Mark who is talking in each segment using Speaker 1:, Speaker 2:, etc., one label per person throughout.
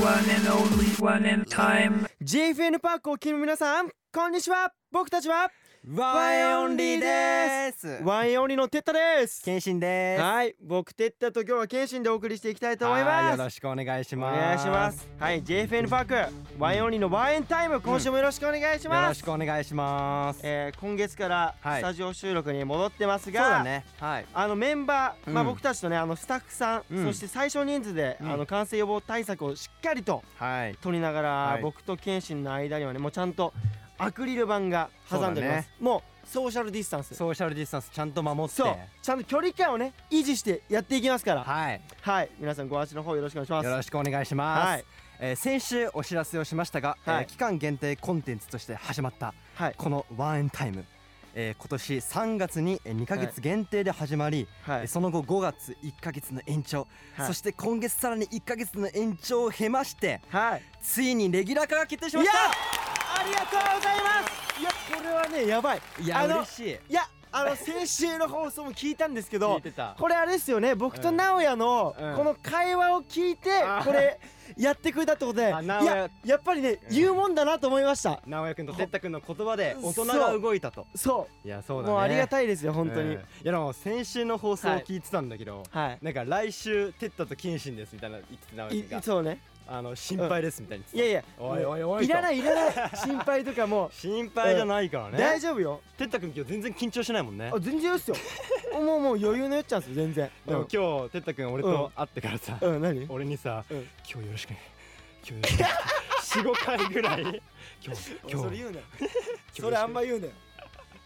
Speaker 1: One and only one and time.
Speaker 2: JFN パークを聞く皆さんこんにちは僕たちは
Speaker 3: ワイオンリーです
Speaker 2: ワンエンオンリーのテッタです
Speaker 3: 謙信です
Speaker 2: はい僕テッタと今日は謙信でお送りしていきたいと思い
Speaker 3: は
Speaker 2: ま
Speaker 3: よろ
Speaker 2: す
Speaker 3: しくお願いし
Speaker 2: お
Speaker 3: ます
Speaker 2: 願いしますはい JFN パークワンエンオンリーのワンエンタイム今週もよろしくお願いし
Speaker 3: よろ
Speaker 2: ま
Speaker 3: し
Speaker 2: す、
Speaker 3: くお願いしますそう
Speaker 2: えー今月から
Speaker 3: はい
Speaker 2: スタジオ収録に戻ってますが、
Speaker 3: だねはい
Speaker 2: あのメンバー、まあ、
Speaker 3: うん
Speaker 2: 僕たちとねあのスタッフさん、
Speaker 3: うん
Speaker 2: そして最小人数で、
Speaker 3: うん
Speaker 2: あの感染予防対策をしっかりと
Speaker 3: はい
Speaker 2: 取りながら、
Speaker 3: はい
Speaker 2: 僕と謙信の間にはねもうちゃんとアクリル板が挟んでおります、
Speaker 3: そ
Speaker 2: もうソーシャルディスタンス
Speaker 3: ソーシャルディスタンスちゃんと守って
Speaker 2: そうちゃんと距離感をね維持してやっていきますからはい、
Speaker 3: はい
Speaker 2: 皆さんご安心の方よろしくお願いしま
Speaker 3: よ
Speaker 2: す
Speaker 3: ろしくお願いします、
Speaker 2: はい
Speaker 3: えー先週お知らせをしましたが、
Speaker 2: はい
Speaker 3: えー期間限定コンテンツとして始まった
Speaker 2: はい
Speaker 3: このワンエンタイム、えー今年3月にえー2ヶ月限定で始まり、
Speaker 2: は
Speaker 3: えー
Speaker 2: い
Speaker 3: その後5月1ヶ月の延長、
Speaker 2: はい
Speaker 3: そして今月さらに1ヶ月の延長を経まして
Speaker 2: はい
Speaker 3: ついにレギュラー化が決定し
Speaker 2: いや
Speaker 3: ました
Speaker 2: ありがとうございますいやこれはねやばい
Speaker 3: い
Speaker 2: あ
Speaker 3: や
Speaker 2: の
Speaker 3: 嬉しい
Speaker 2: いやあの先週の放送も聞いたんですけ
Speaker 3: 聞
Speaker 2: ど
Speaker 3: いてた
Speaker 2: これあれですよね僕と
Speaker 3: うん
Speaker 2: 直哉の
Speaker 3: うん
Speaker 2: この会話を聞いて
Speaker 3: あ
Speaker 2: これやってくれたってことで
Speaker 3: あ
Speaker 2: い
Speaker 3: 直哉
Speaker 2: ややっぱりね
Speaker 3: うん
Speaker 2: 言うもんだなと思いました
Speaker 3: 直哉君と哲太君の言葉で大人
Speaker 2: そ
Speaker 3: が
Speaker 2: う
Speaker 3: 動いたと
Speaker 2: そ
Speaker 3: いやそううだね
Speaker 2: もうありが
Speaker 3: い
Speaker 2: たいですよ本当に
Speaker 3: いやでも先週の放送を
Speaker 2: はい
Speaker 3: 聞いてたんだけど、
Speaker 2: は
Speaker 3: なんか来週哲太と謹慎ですみたいなの言ってた直
Speaker 2: い
Speaker 3: 哉
Speaker 2: い
Speaker 3: 君が
Speaker 2: そうね
Speaker 3: あの心配ですみたいに
Speaker 2: いや
Speaker 3: 言って
Speaker 2: いや
Speaker 3: た、おいおいおいと
Speaker 2: いらないいらない心配とかも
Speaker 3: 心配じゃないから
Speaker 2: う
Speaker 3: ね
Speaker 2: 大丈夫よ
Speaker 3: 哲太君今日全然緊張しないもんね
Speaker 2: あ全然よっすよもうもう余裕のよっちゃうんですよ全然
Speaker 3: でも
Speaker 2: うん
Speaker 3: 今日哲太君俺と会ってからさ、
Speaker 2: うん何
Speaker 3: 俺にさ、
Speaker 2: うん
Speaker 3: 今日よろしくね今日 よろしくね45回ぐらい 今日今
Speaker 2: それ
Speaker 3: 日
Speaker 2: 言うなよ
Speaker 3: 日
Speaker 2: それあんま言うなよ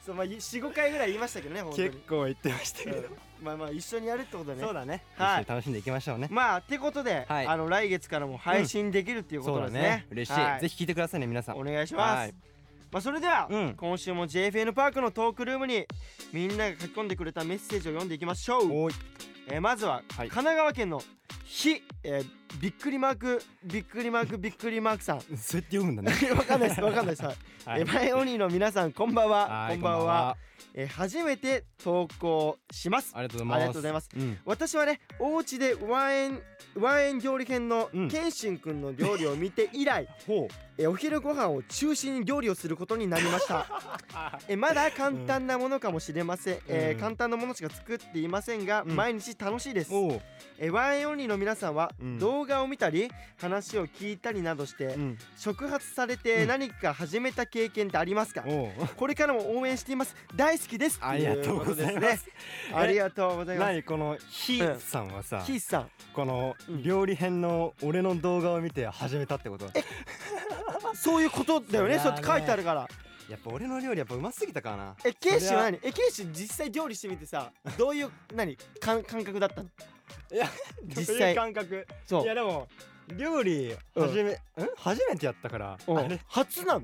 Speaker 2: そうまあ45回ぐらい言いましたけどね本当に
Speaker 3: 結構言ってましたけど、
Speaker 2: うんまあまあ一緒にやるってことだね
Speaker 3: そうだね、
Speaker 2: はい
Speaker 3: 一緒に楽しんでいきましょうね
Speaker 2: まあてことで、
Speaker 3: はい
Speaker 2: あの来月からも配信できるっていうこ
Speaker 3: そう
Speaker 2: と
Speaker 3: だ
Speaker 2: ですね
Speaker 3: ね。嬉し
Speaker 2: はい
Speaker 3: ぜひ聞いてくださいね皆さん
Speaker 2: お願いします。
Speaker 3: はい
Speaker 2: まあそれでは、
Speaker 3: うん
Speaker 2: 今週も JFN パークのトークルームにみんなが書き込んでくれたメッセージを読んでいきましょう。
Speaker 3: おい
Speaker 2: えーまずは、神奈川県のひ、えーびっくりマークびっくりマークびっくりマークさん。
Speaker 3: そうやって読むんだね
Speaker 2: わかんないですわかんないです。はい
Speaker 3: はい
Speaker 2: えーマイオニーの皆さんこんばんは。
Speaker 3: はい
Speaker 2: こんばんは。えー初めて投稿します。
Speaker 3: ありがとうございます
Speaker 2: ありがとうございます
Speaker 3: うん
Speaker 2: 私はねお家でワンエンワンエン料理編の
Speaker 3: うん
Speaker 2: 謙信くんの料理を見て以来、
Speaker 3: ほ
Speaker 2: えお昼ご飯を中心に料理をすることになりました えまだ簡単なものかもしれません、え
Speaker 3: うん
Speaker 2: 簡単なものしか作っていませんが、
Speaker 3: うん
Speaker 2: 毎日楽しいです
Speaker 3: うおう
Speaker 2: えワンエンオンリーの皆さんは、
Speaker 3: うん
Speaker 2: 動画を見たり話を聞いたりなどして、
Speaker 3: うん
Speaker 2: 触発されて
Speaker 3: うん
Speaker 2: 何か始めた経験ってありますか、
Speaker 3: おう
Speaker 2: これからも応援しています大好きです
Speaker 3: ありがとうござい
Speaker 2: というこ
Speaker 3: ます
Speaker 2: とですねありがとうございます
Speaker 3: 何このひ
Speaker 2: うん
Speaker 3: さんはさ
Speaker 2: キースさん
Speaker 3: この
Speaker 2: うん
Speaker 3: 料理編の俺の動画を見て始めたってこと
Speaker 2: そういうことだよね
Speaker 3: そ
Speaker 2: そうや
Speaker 3: りゃね
Speaker 2: って書いてあるから
Speaker 3: やっぱ俺の料理やっぱうますぎたからな
Speaker 2: えケイシ
Speaker 3: そりゃ
Speaker 2: は何えケイシ実際料理してみてさどういう 何感感覚だったの
Speaker 3: いや
Speaker 2: 実
Speaker 3: どういう
Speaker 2: 際
Speaker 3: 感覚
Speaker 2: そ
Speaker 3: いうやでも料理初め、ん、初めてやったから
Speaker 2: うん
Speaker 3: あれ
Speaker 2: 初なの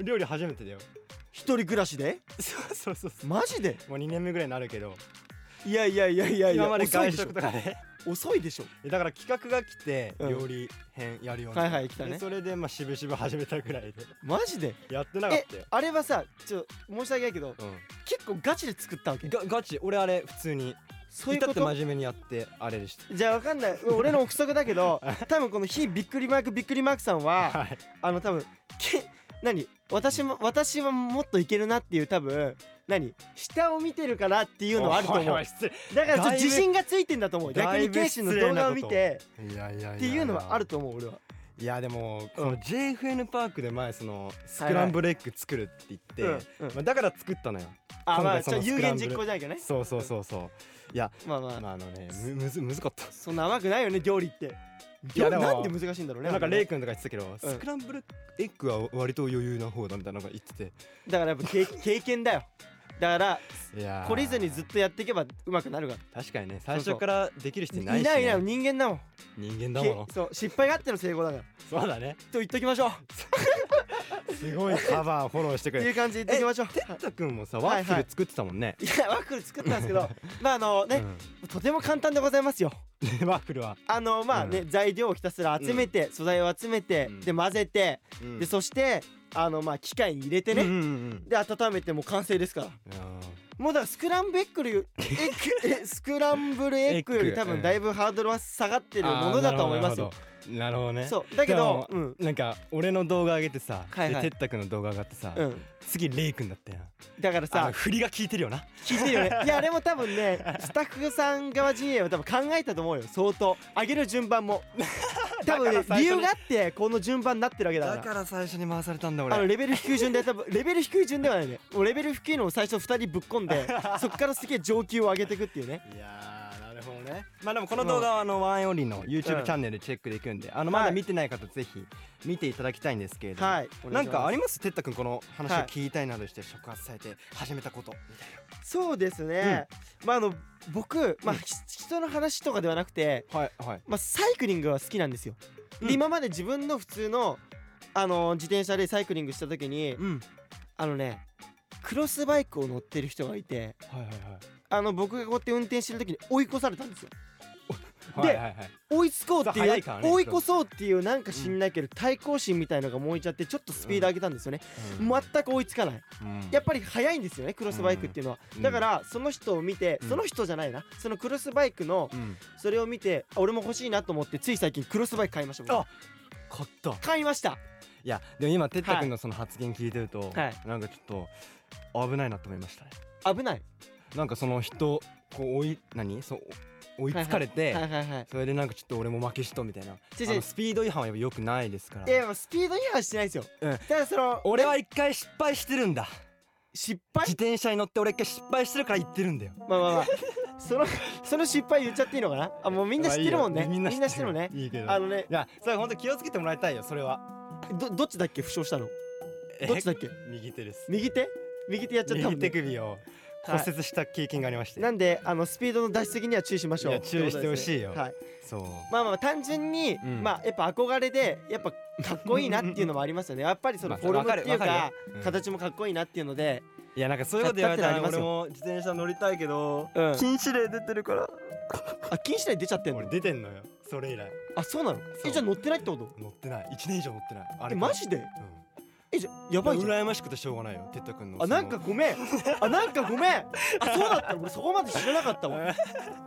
Speaker 3: 料理初めてだよ
Speaker 2: 一人暮らしで
Speaker 3: そうそうそうそう
Speaker 2: マジで
Speaker 3: もう2年目ぐらいになるけど
Speaker 2: いやいやいやいやいや
Speaker 3: 今まで
Speaker 2: 遅いで
Speaker 3: 外
Speaker 2: し
Speaker 3: 食とかで
Speaker 2: ょ遅いでしょ
Speaker 3: えだから企画が来て
Speaker 2: うん
Speaker 3: 料理編やるように、
Speaker 2: はいはい来たね
Speaker 3: でそれでまあ渋々始めたぐらいで
Speaker 2: マジで
Speaker 3: やってなかっ
Speaker 2: え
Speaker 3: たよ、
Speaker 2: あれはさちょ申し訳ないけど
Speaker 3: う
Speaker 2: 結構ガチで作ったわけ
Speaker 3: ん、がガチ俺あれ普通に
Speaker 2: そういう
Speaker 3: 至
Speaker 2: こ
Speaker 3: って真
Speaker 2: と
Speaker 3: 面目にやってあれでした
Speaker 2: じゃあわかんない俺の憶測だけ ど多分この「非びっくりマークびっくりマーク」さんは
Speaker 3: はい
Speaker 2: あの多分け何私も私はもっといけるなっていう多分何下を見てるからっていうのはあると思
Speaker 3: おいお
Speaker 2: う
Speaker 3: い失礼
Speaker 2: だからちょっと
Speaker 3: だいぶ
Speaker 2: 自信がついてんだと思う逆
Speaker 3: だい
Speaker 2: に
Speaker 3: ぶ
Speaker 2: ケイシの動画を見て
Speaker 3: いやいやいや
Speaker 2: っていうのはあると思う俺はい
Speaker 3: やでもこの JFN パークで前そのスク
Speaker 2: はい
Speaker 3: ラ
Speaker 2: はい
Speaker 3: ンブルエッグ作るって言って、
Speaker 2: うんうん
Speaker 3: まあ、だから作ったのよ
Speaker 2: あまあ
Speaker 3: 今回そ
Speaker 2: ちょっ
Speaker 3: の
Speaker 2: と有
Speaker 3: スクラ
Speaker 2: 言
Speaker 3: ンブル
Speaker 2: 実行じゃないけどね
Speaker 3: そうそうそうそういや
Speaker 2: まあまあ、
Speaker 3: まああのねむむずむずかった
Speaker 2: そんな甘くないよね料理って
Speaker 3: いや
Speaker 2: 料理
Speaker 3: でも
Speaker 2: なんで難しいんだろうね
Speaker 3: なんかレイ
Speaker 2: あ
Speaker 3: 君とか言ってたけど、
Speaker 2: うん
Speaker 3: スクランブルエッグは割と余裕な方だみたいなのが言ってて
Speaker 2: れねだからやっぱ 経経験だよだから
Speaker 3: いやー
Speaker 2: 懲りずにずっとやっていけばうまくなるか
Speaker 3: 確かにね
Speaker 2: う
Speaker 3: 最初からできる人
Speaker 2: ら
Speaker 3: いないし、ね、
Speaker 2: いないいない人間だもん
Speaker 3: 人間だもの
Speaker 2: けそう失敗があっての成功だから
Speaker 3: そうだね
Speaker 2: と言っときましょう
Speaker 3: すごいカバーフォローしてく
Speaker 2: ってい
Speaker 3: れ
Speaker 2: う感じで言っときましょう
Speaker 3: たったくんもさ
Speaker 2: はい
Speaker 3: ワ
Speaker 2: は
Speaker 3: ッ
Speaker 2: い
Speaker 3: フル作ってたもんね、
Speaker 2: いやワッフル作ったんですけ どまああのね、とても簡単でございますよ
Speaker 3: うん ワッフルは、
Speaker 2: あのまあね、
Speaker 3: う
Speaker 2: 材料をひたすら集めて、素材を集めて、
Speaker 3: うん
Speaker 2: で混ぜて、
Speaker 3: うん
Speaker 2: でそしてあのまあ機械に入れて
Speaker 3: うん
Speaker 2: ね、
Speaker 3: うんうん
Speaker 2: で温めてもう完成ですから
Speaker 3: あ
Speaker 2: もうだからスクランブルエッグよりエ ッグえスクランブルエッグよ
Speaker 3: エッ
Speaker 2: り
Speaker 3: グ
Speaker 2: 多
Speaker 3: うん
Speaker 2: 分だいぶハードルは下がって
Speaker 3: ー
Speaker 2: るものだと思います
Speaker 3: あ
Speaker 2: よ
Speaker 3: ーなるほどなるほなるほどね
Speaker 2: そうだけど
Speaker 3: で
Speaker 2: うん
Speaker 3: なんか俺の動画上げてさ、
Speaker 2: はいはい
Speaker 3: でてったくんの動画上がってさ、
Speaker 2: うん
Speaker 3: 次レイくんだったやん
Speaker 2: だから
Speaker 3: さ
Speaker 2: さ
Speaker 3: あ振りが効いてるよな
Speaker 2: 聞いてるよ ねいやあれも多分ねスタッフさん側陣営は多分考えたと思うよ相当上げる順番も多分ね
Speaker 3: だから最初に
Speaker 2: 理由があってこの順番になってるわけだ
Speaker 4: だ
Speaker 2: から
Speaker 4: から最初に回されたんだ
Speaker 2: あの
Speaker 4: 俺
Speaker 2: レベル低い順で多分レベル低い順ではないねもうレベル低いのを最初2人ぶっ込ん でそっからすげえ上級を上げていくっていうね
Speaker 3: いやーなるほどねまあでもこの動画はあのワンエンオンリーの
Speaker 2: う
Speaker 3: YouTube
Speaker 2: ん
Speaker 3: チャンネルでチェックできるんであのま
Speaker 2: は
Speaker 3: だ
Speaker 2: い
Speaker 3: 見てない方ぜひ見ていただきたいんですけれども
Speaker 2: はい
Speaker 3: なんかあ
Speaker 2: り
Speaker 3: りますてったくんこの話を
Speaker 2: はい
Speaker 3: 聞いたいなどして触発されて始めたことみたい
Speaker 2: そうですね、まああの僕、まあ、ひ人の話とかではなくて、
Speaker 3: なはいはい
Speaker 2: まあ、サイクリングは好きなんですよ、
Speaker 3: うん
Speaker 2: で今まで自分の普通のあの自転車でサイクリングした時に
Speaker 3: うん
Speaker 2: あのねクロスバイクを乗ってる人がいて
Speaker 3: はいはいはい
Speaker 2: あの僕がこうやって運転してる時に追い越されたんですよ
Speaker 3: はいはいはい
Speaker 2: 追いつこうって
Speaker 3: そう
Speaker 2: い
Speaker 3: 早
Speaker 2: う
Speaker 3: いからね
Speaker 2: 追い越そうっていうなんか知んないけど、対抗心みたいのが燃えちゃってちょっとスピード上げたんですよね、
Speaker 3: うん
Speaker 2: 全く追いつかない
Speaker 3: うん
Speaker 2: やっぱり速いんですよねクロスバイクっていうのは、
Speaker 3: うん
Speaker 2: だからその人を見て、
Speaker 3: うん
Speaker 2: その人じゃないなそのクロスバイクの
Speaker 3: うん
Speaker 2: それを見てあ俺も欲しいなと思ってつい最近クロスバイク買いました僕
Speaker 3: あ買った
Speaker 2: 買いました
Speaker 3: いやでも今てったくんのその発言聞いてると、
Speaker 2: は
Speaker 3: なんかちょっと危ないなと思いましたね
Speaker 2: 危ない
Speaker 3: なんかその人こう追い何そう追いつかれて、
Speaker 2: はいはいはい
Speaker 3: それでなんかちょっと俺も負けしとみたいな
Speaker 2: 違う
Speaker 3: あ
Speaker 2: 違
Speaker 3: の
Speaker 2: う
Speaker 3: スピード違反はやっぱ良くないですから
Speaker 2: いやいやスピード違反してないですよ、
Speaker 3: うん
Speaker 2: だからその
Speaker 3: 俺は一回失敗してるんだ
Speaker 2: 失
Speaker 3: 自
Speaker 2: 敗
Speaker 3: 転車に乗って俺一回失敗してるから言ってるんだよ
Speaker 2: まあまあまあそのその失敗言っちゃっていいのかなあもうみんな知ってるもんね
Speaker 3: まあいいよみんな知ってる
Speaker 2: もんね
Speaker 3: いいけど
Speaker 2: あのね
Speaker 3: いやそれ本当気をつけてもらいたいよそれは
Speaker 2: どどっちだっけ負傷したのどっちだっけ
Speaker 3: 右手です
Speaker 2: 右手右手やっちゃったも
Speaker 3: 右
Speaker 2: ん
Speaker 3: 手
Speaker 2: ね
Speaker 3: 首を骨折した経験がありまして、
Speaker 2: なんであのスピードの出し過ぎには注意しましょう
Speaker 3: いや注意してほしいよ
Speaker 2: ってことですねはい
Speaker 3: そう
Speaker 2: まあまあ単純に、
Speaker 3: うん
Speaker 2: まあやっぱ憧れでやっぱかっこいいなっていうのもありますよねやっぱりその
Speaker 3: まあ
Speaker 2: フォルムっていう
Speaker 3: わ
Speaker 2: か,、
Speaker 3: かるわかるようん
Speaker 2: 形もかっこいいなっていうので
Speaker 3: いやなんかそういうこと言われた
Speaker 2: 買
Speaker 3: ら
Speaker 2: ったって
Speaker 3: 俺
Speaker 2: の
Speaker 3: も自転車乗りたいけど、
Speaker 2: うん
Speaker 3: 禁止令出てるから
Speaker 2: あ禁止令出ちゃってん
Speaker 3: 俺
Speaker 2: の
Speaker 3: 出てんのよそれ以来
Speaker 2: あそうなの
Speaker 3: そ
Speaker 2: え
Speaker 3: う
Speaker 2: じゃあ乗ってないってこと
Speaker 3: 乗ってない1年以上乗ってないあ
Speaker 2: え
Speaker 3: れ
Speaker 2: マジで
Speaker 3: うん
Speaker 2: えじゃあやばいじゃん
Speaker 3: 羨ましくてしょうがないよてったくんの
Speaker 2: あ
Speaker 3: その
Speaker 2: なんかごめんあなんかごめんあそうだったの俺そこまで知らなかったわ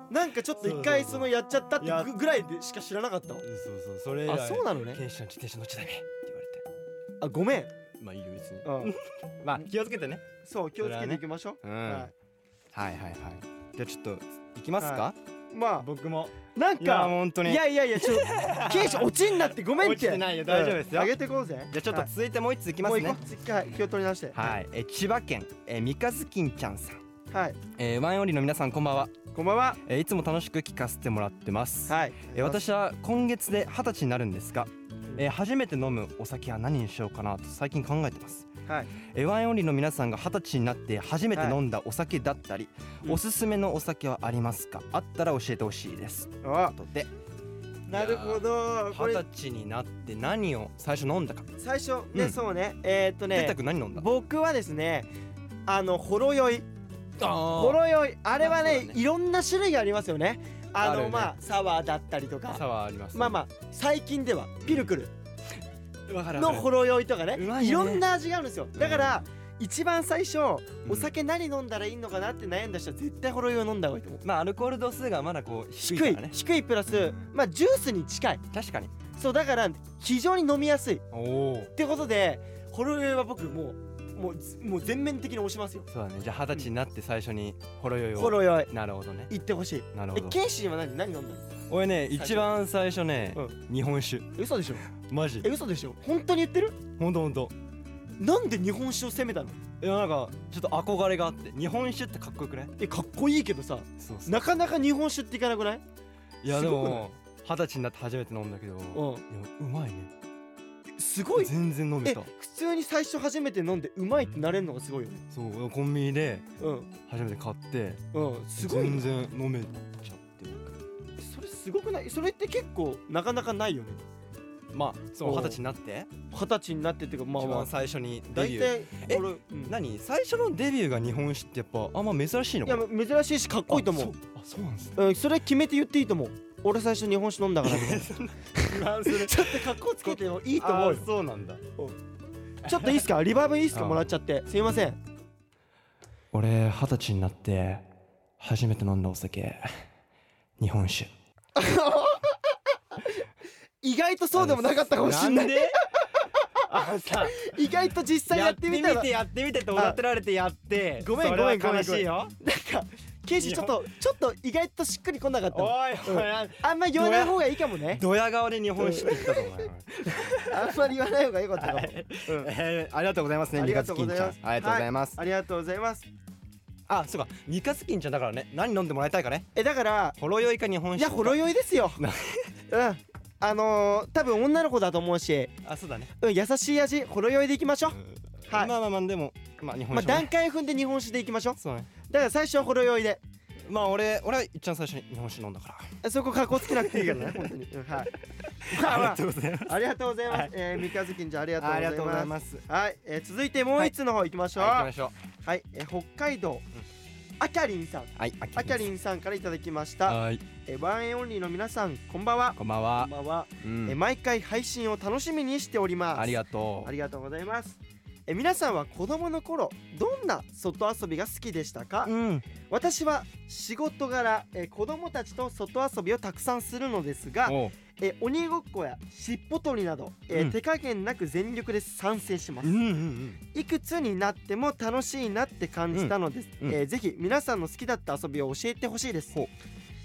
Speaker 2: なんかちょっと一回
Speaker 3: そうそ
Speaker 2: そ
Speaker 3: うそう
Speaker 2: のやっちゃったって
Speaker 3: や
Speaker 2: ぐぐらいでしか知らなかったわ
Speaker 3: うんそうそうそれ以来
Speaker 2: あそうなのね
Speaker 3: 検視の自転車乗っちゃダメって言われて
Speaker 2: あごめん、
Speaker 3: まあいいよ別に
Speaker 2: うん、
Speaker 3: まあ気をつけてね
Speaker 2: そう気をつけていきましょう、
Speaker 3: うんはいはいはいじゃあちょっと行きますか
Speaker 2: はま
Speaker 3: 僕も
Speaker 2: あなん
Speaker 3: いや
Speaker 2: か
Speaker 3: 本当に
Speaker 2: いやいやいやちょっとケイシ落ちんなってごめんって
Speaker 3: 落ちてないよ大丈夫ですよ
Speaker 2: うん上げてこうぜ
Speaker 3: じゃあちょっと
Speaker 2: はい
Speaker 3: 続いてもう一つ行きま
Speaker 2: もう
Speaker 3: す
Speaker 2: 一個
Speaker 3: ね
Speaker 2: 一回気を取り直して
Speaker 3: はいえ千葉県え三日月んちゃんさん
Speaker 2: はい
Speaker 3: えーワンオンリーの皆さんこんばんは
Speaker 2: こんばんは
Speaker 3: えーいつも楽しく聞かせてもらってます
Speaker 2: はい
Speaker 3: えー私は今月で二十歳になるんですが、えー初めて飲むお酒は何にしようかなと最近考えてます、
Speaker 2: はい
Speaker 3: えーワインオンリーの皆さんが二十歳になって初めて
Speaker 2: はい
Speaker 3: 飲んだお酒だったり、
Speaker 2: うん
Speaker 3: おすすめのお酒はありますかあったら教えてほしいです
Speaker 2: あ
Speaker 3: とで
Speaker 2: なるほどこ
Speaker 3: 二
Speaker 2: れ
Speaker 3: 十歳になって何を最初飲んだか
Speaker 2: 最初ね、
Speaker 3: うん
Speaker 2: そうねえー、っと
Speaker 3: てっ
Speaker 2: ね
Speaker 3: たくん何飲んだ
Speaker 2: 僕はですねあのほろ酔いほ
Speaker 3: あ
Speaker 2: ろ酔いあれは
Speaker 3: まあ
Speaker 2: ね,、
Speaker 3: そうだね
Speaker 2: いろんな種類がありますよねあの
Speaker 3: あるね
Speaker 2: まあサワーだったりと
Speaker 3: あ差
Speaker 2: か
Speaker 3: はあります
Speaker 2: まあまあ最近ではピルクル
Speaker 3: あわかる
Speaker 2: のほろ酔いとかね
Speaker 3: う
Speaker 2: い
Speaker 3: まいよ
Speaker 2: ろ
Speaker 3: ね
Speaker 2: んな味があるんですよだから、一番最初お酒何飲んだらいいのかなって悩んだ人は絶対ほろ酔いを飲んだ方がいいと思う
Speaker 3: まあアルコール度数がまだこう低い
Speaker 2: 低
Speaker 3: か
Speaker 2: い
Speaker 3: らね
Speaker 2: 低いプラスまあジュースに近い
Speaker 3: 確かに
Speaker 2: そうだから非常に飲みやすいっ
Speaker 3: おお
Speaker 2: てことでほろ酔いは僕もうもうずもう全面的に推しますよ
Speaker 3: そうだねじゃあ二十歳になって最初にほろ酔いを
Speaker 2: ほろ酔い
Speaker 3: なるほどね
Speaker 2: 行ってほしい
Speaker 3: なるほ
Speaker 2: え
Speaker 3: ど
Speaker 2: ケイシーは何何飲んだの
Speaker 3: 俺ね
Speaker 2: 最初
Speaker 3: 一番最初ね、
Speaker 2: う
Speaker 3: 日本酒
Speaker 2: 嘘でしょ
Speaker 3: マジ
Speaker 2: え嘘でしょ本当に言ってる
Speaker 3: ほんとほんと
Speaker 2: なんで日本酒を責めたの
Speaker 3: いやなんかちょっと憧れがあって日本酒ってかっこよくない
Speaker 2: えかっこいいけどさ
Speaker 3: そう
Speaker 2: なかなか日本酒っていかなくない
Speaker 3: いや
Speaker 2: す
Speaker 3: で
Speaker 2: ごくない
Speaker 3: も二十歳になって初めて飲んだけど、いや
Speaker 2: う
Speaker 3: うまいね
Speaker 2: んすごい
Speaker 3: 全然飲め
Speaker 2: え
Speaker 3: た
Speaker 2: 普通に最初初めて飲んでうまいってなれるのがすごいよね
Speaker 3: そうコンビニで
Speaker 2: うん
Speaker 3: 初めて買って
Speaker 2: うんすごい
Speaker 3: 全
Speaker 2: ね
Speaker 3: 然飲めちゃって僕
Speaker 2: それすごくないそれって結構なかなかないよね
Speaker 3: まあそう
Speaker 2: おう
Speaker 3: 二十歳になって
Speaker 2: 二十歳になってっていうかまあ
Speaker 3: 一
Speaker 2: ま
Speaker 3: 番
Speaker 2: あ
Speaker 3: 最初にデビ
Speaker 2: 大
Speaker 3: ュー
Speaker 2: 体
Speaker 3: え
Speaker 2: これうん
Speaker 3: 何最初のデビューが日本酒ってやっぱあんま珍しいの
Speaker 2: いや
Speaker 3: か
Speaker 2: 珍しいしかっこいいと思う
Speaker 3: あそうあそうなんですね
Speaker 2: うんそれ決めて言っていいと思う俺最初日本酒飲んだから みたいな
Speaker 3: ちょっとかっこ
Speaker 2: つけてもい
Speaker 3: い
Speaker 2: いと思うよ
Speaker 3: そうなんだ
Speaker 2: ちょっといいっすかリバーブいいっすかもらっちゃってすいません
Speaker 3: 俺二十歳になって初めて飲んだお酒日本酒
Speaker 2: 意外とそうでもなかったかもしんない
Speaker 3: んで あのさ
Speaker 2: 意外と実際やってみた
Speaker 3: やっ
Speaker 2: ら
Speaker 3: てみてやってみてって踊ってられてやって
Speaker 2: ごめん
Speaker 3: それは
Speaker 2: ごめんごめん
Speaker 3: 悲しいよ
Speaker 2: ケイシちょっとちょっと意外としっくりこなかった
Speaker 3: お
Speaker 2: の
Speaker 3: いおい
Speaker 2: あんま言わない方がいいかもね
Speaker 3: ドヤ顔で日本酒って言ったと思うよ
Speaker 2: あんまり言わない方がよか ったかもうん
Speaker 3: えーありがとうございますね
Speaker 2: あ
Speaker 3: リ
Speaker 2: り
Speaker 3: カ
Speaker 2: が
Speaker 3: ツ
Speaker 2: とう
Speaker 3: キ
Speaker 2: ご
Speaker 3: ンち
Speaker 2: ざい
Speaker 3: ゃん
Speaker 2: ます
Speaker 3: ありがとうございます
Speaker 2: ありがとうございます
Speaker 3: あそうかリカツキンちゃんだからね何飲んでもらいたいかね
Speaker 2: えだから
Speaker 3: ほろ酔いか日本酒
Speaker 2: いやほろ
Speaker 3: い
Speaker 2: 酔いですよ う
Speaker 3: なん
Speaker 2: あのー、多分女の子だと思うし、
Speaker 3: あそうだね
Speaker 2: うん、優しい味ほろ酔いでいきましょう
Speaker 3: ま
Speaker 2: は
Speaker 3: あ
Speaker 2: い
Speaker 3: まあまあでもまあ日本
Speaker 2: まあ
Speaker 3: 酒も
Speaker 2: 段
Speaker 3: ね
Speaker 2: 階踏んで日本酒でいきましょう
Speaker 3: そうね
Speaker 2: だから最初はほろ酔いで
Speaker 3: まあ俺俺は一番最初に日本酒飲んだから
Speaker 2: そこかっこつけなくていいからね 本当に、うんはいまあまあ
Speaker 3: うございます
Speaker 2: ありがとうございます、えー、三日月んじゃんありがとうご
Speaker 3: ありがとうござ
Speaker 2: ざい
Speaker 3: い
Speaker 2: ます
Speaker 3: ます
Speaker 2: はい、えー、続いてもう一つの方行きましょう
Speaker 3: はい行き
Speaker 2: は
Speaker 3: ま
Speaker 2: い、
Speaker 3: しょう
Speaker 2: えー北海道、あきゃりんさん
Speaker 3: はい
Speaker 2: あきゃり
Speaker 3: ん
Speaker 2: んさんからいただきました、
Speaker 3: はい
Speaker 2: えー、ワンエンオンリーの皆さんこんばんは
Speaker 3: こんばん
Speaker 2: こ
Speaker 3: は
Speaker 2: んばんは、
Speaker 3: う
Speaker 2: えー
Speaker 3: ん
Speaker 2: 毎回配信を楽しみにしております
Speaker 3: ありがと
Speaker 2: ありがとうございます。え皆さんは子供の頃どんな外遊びが好きでしたか、
Speaker 3: ううん
Speaker 2: 私は仕事柄え子供たちと外遊びをたくさんするのですが
Speaker 3: おう
Speaker 2: え鬼ごっこや尻尾取りなどえ、
Speaker 3: うん
Speaker 2: 手加減なく全力で参戦します、
Speaker 3: うんうんうん
Speaker 2: いくつになっても楽しいなって感じたのです、
Speaker 3: うんうん
Speaker 2: えーぜひ皆さんの好きだった遊びを教えてほしいです
Speaker 3: ほう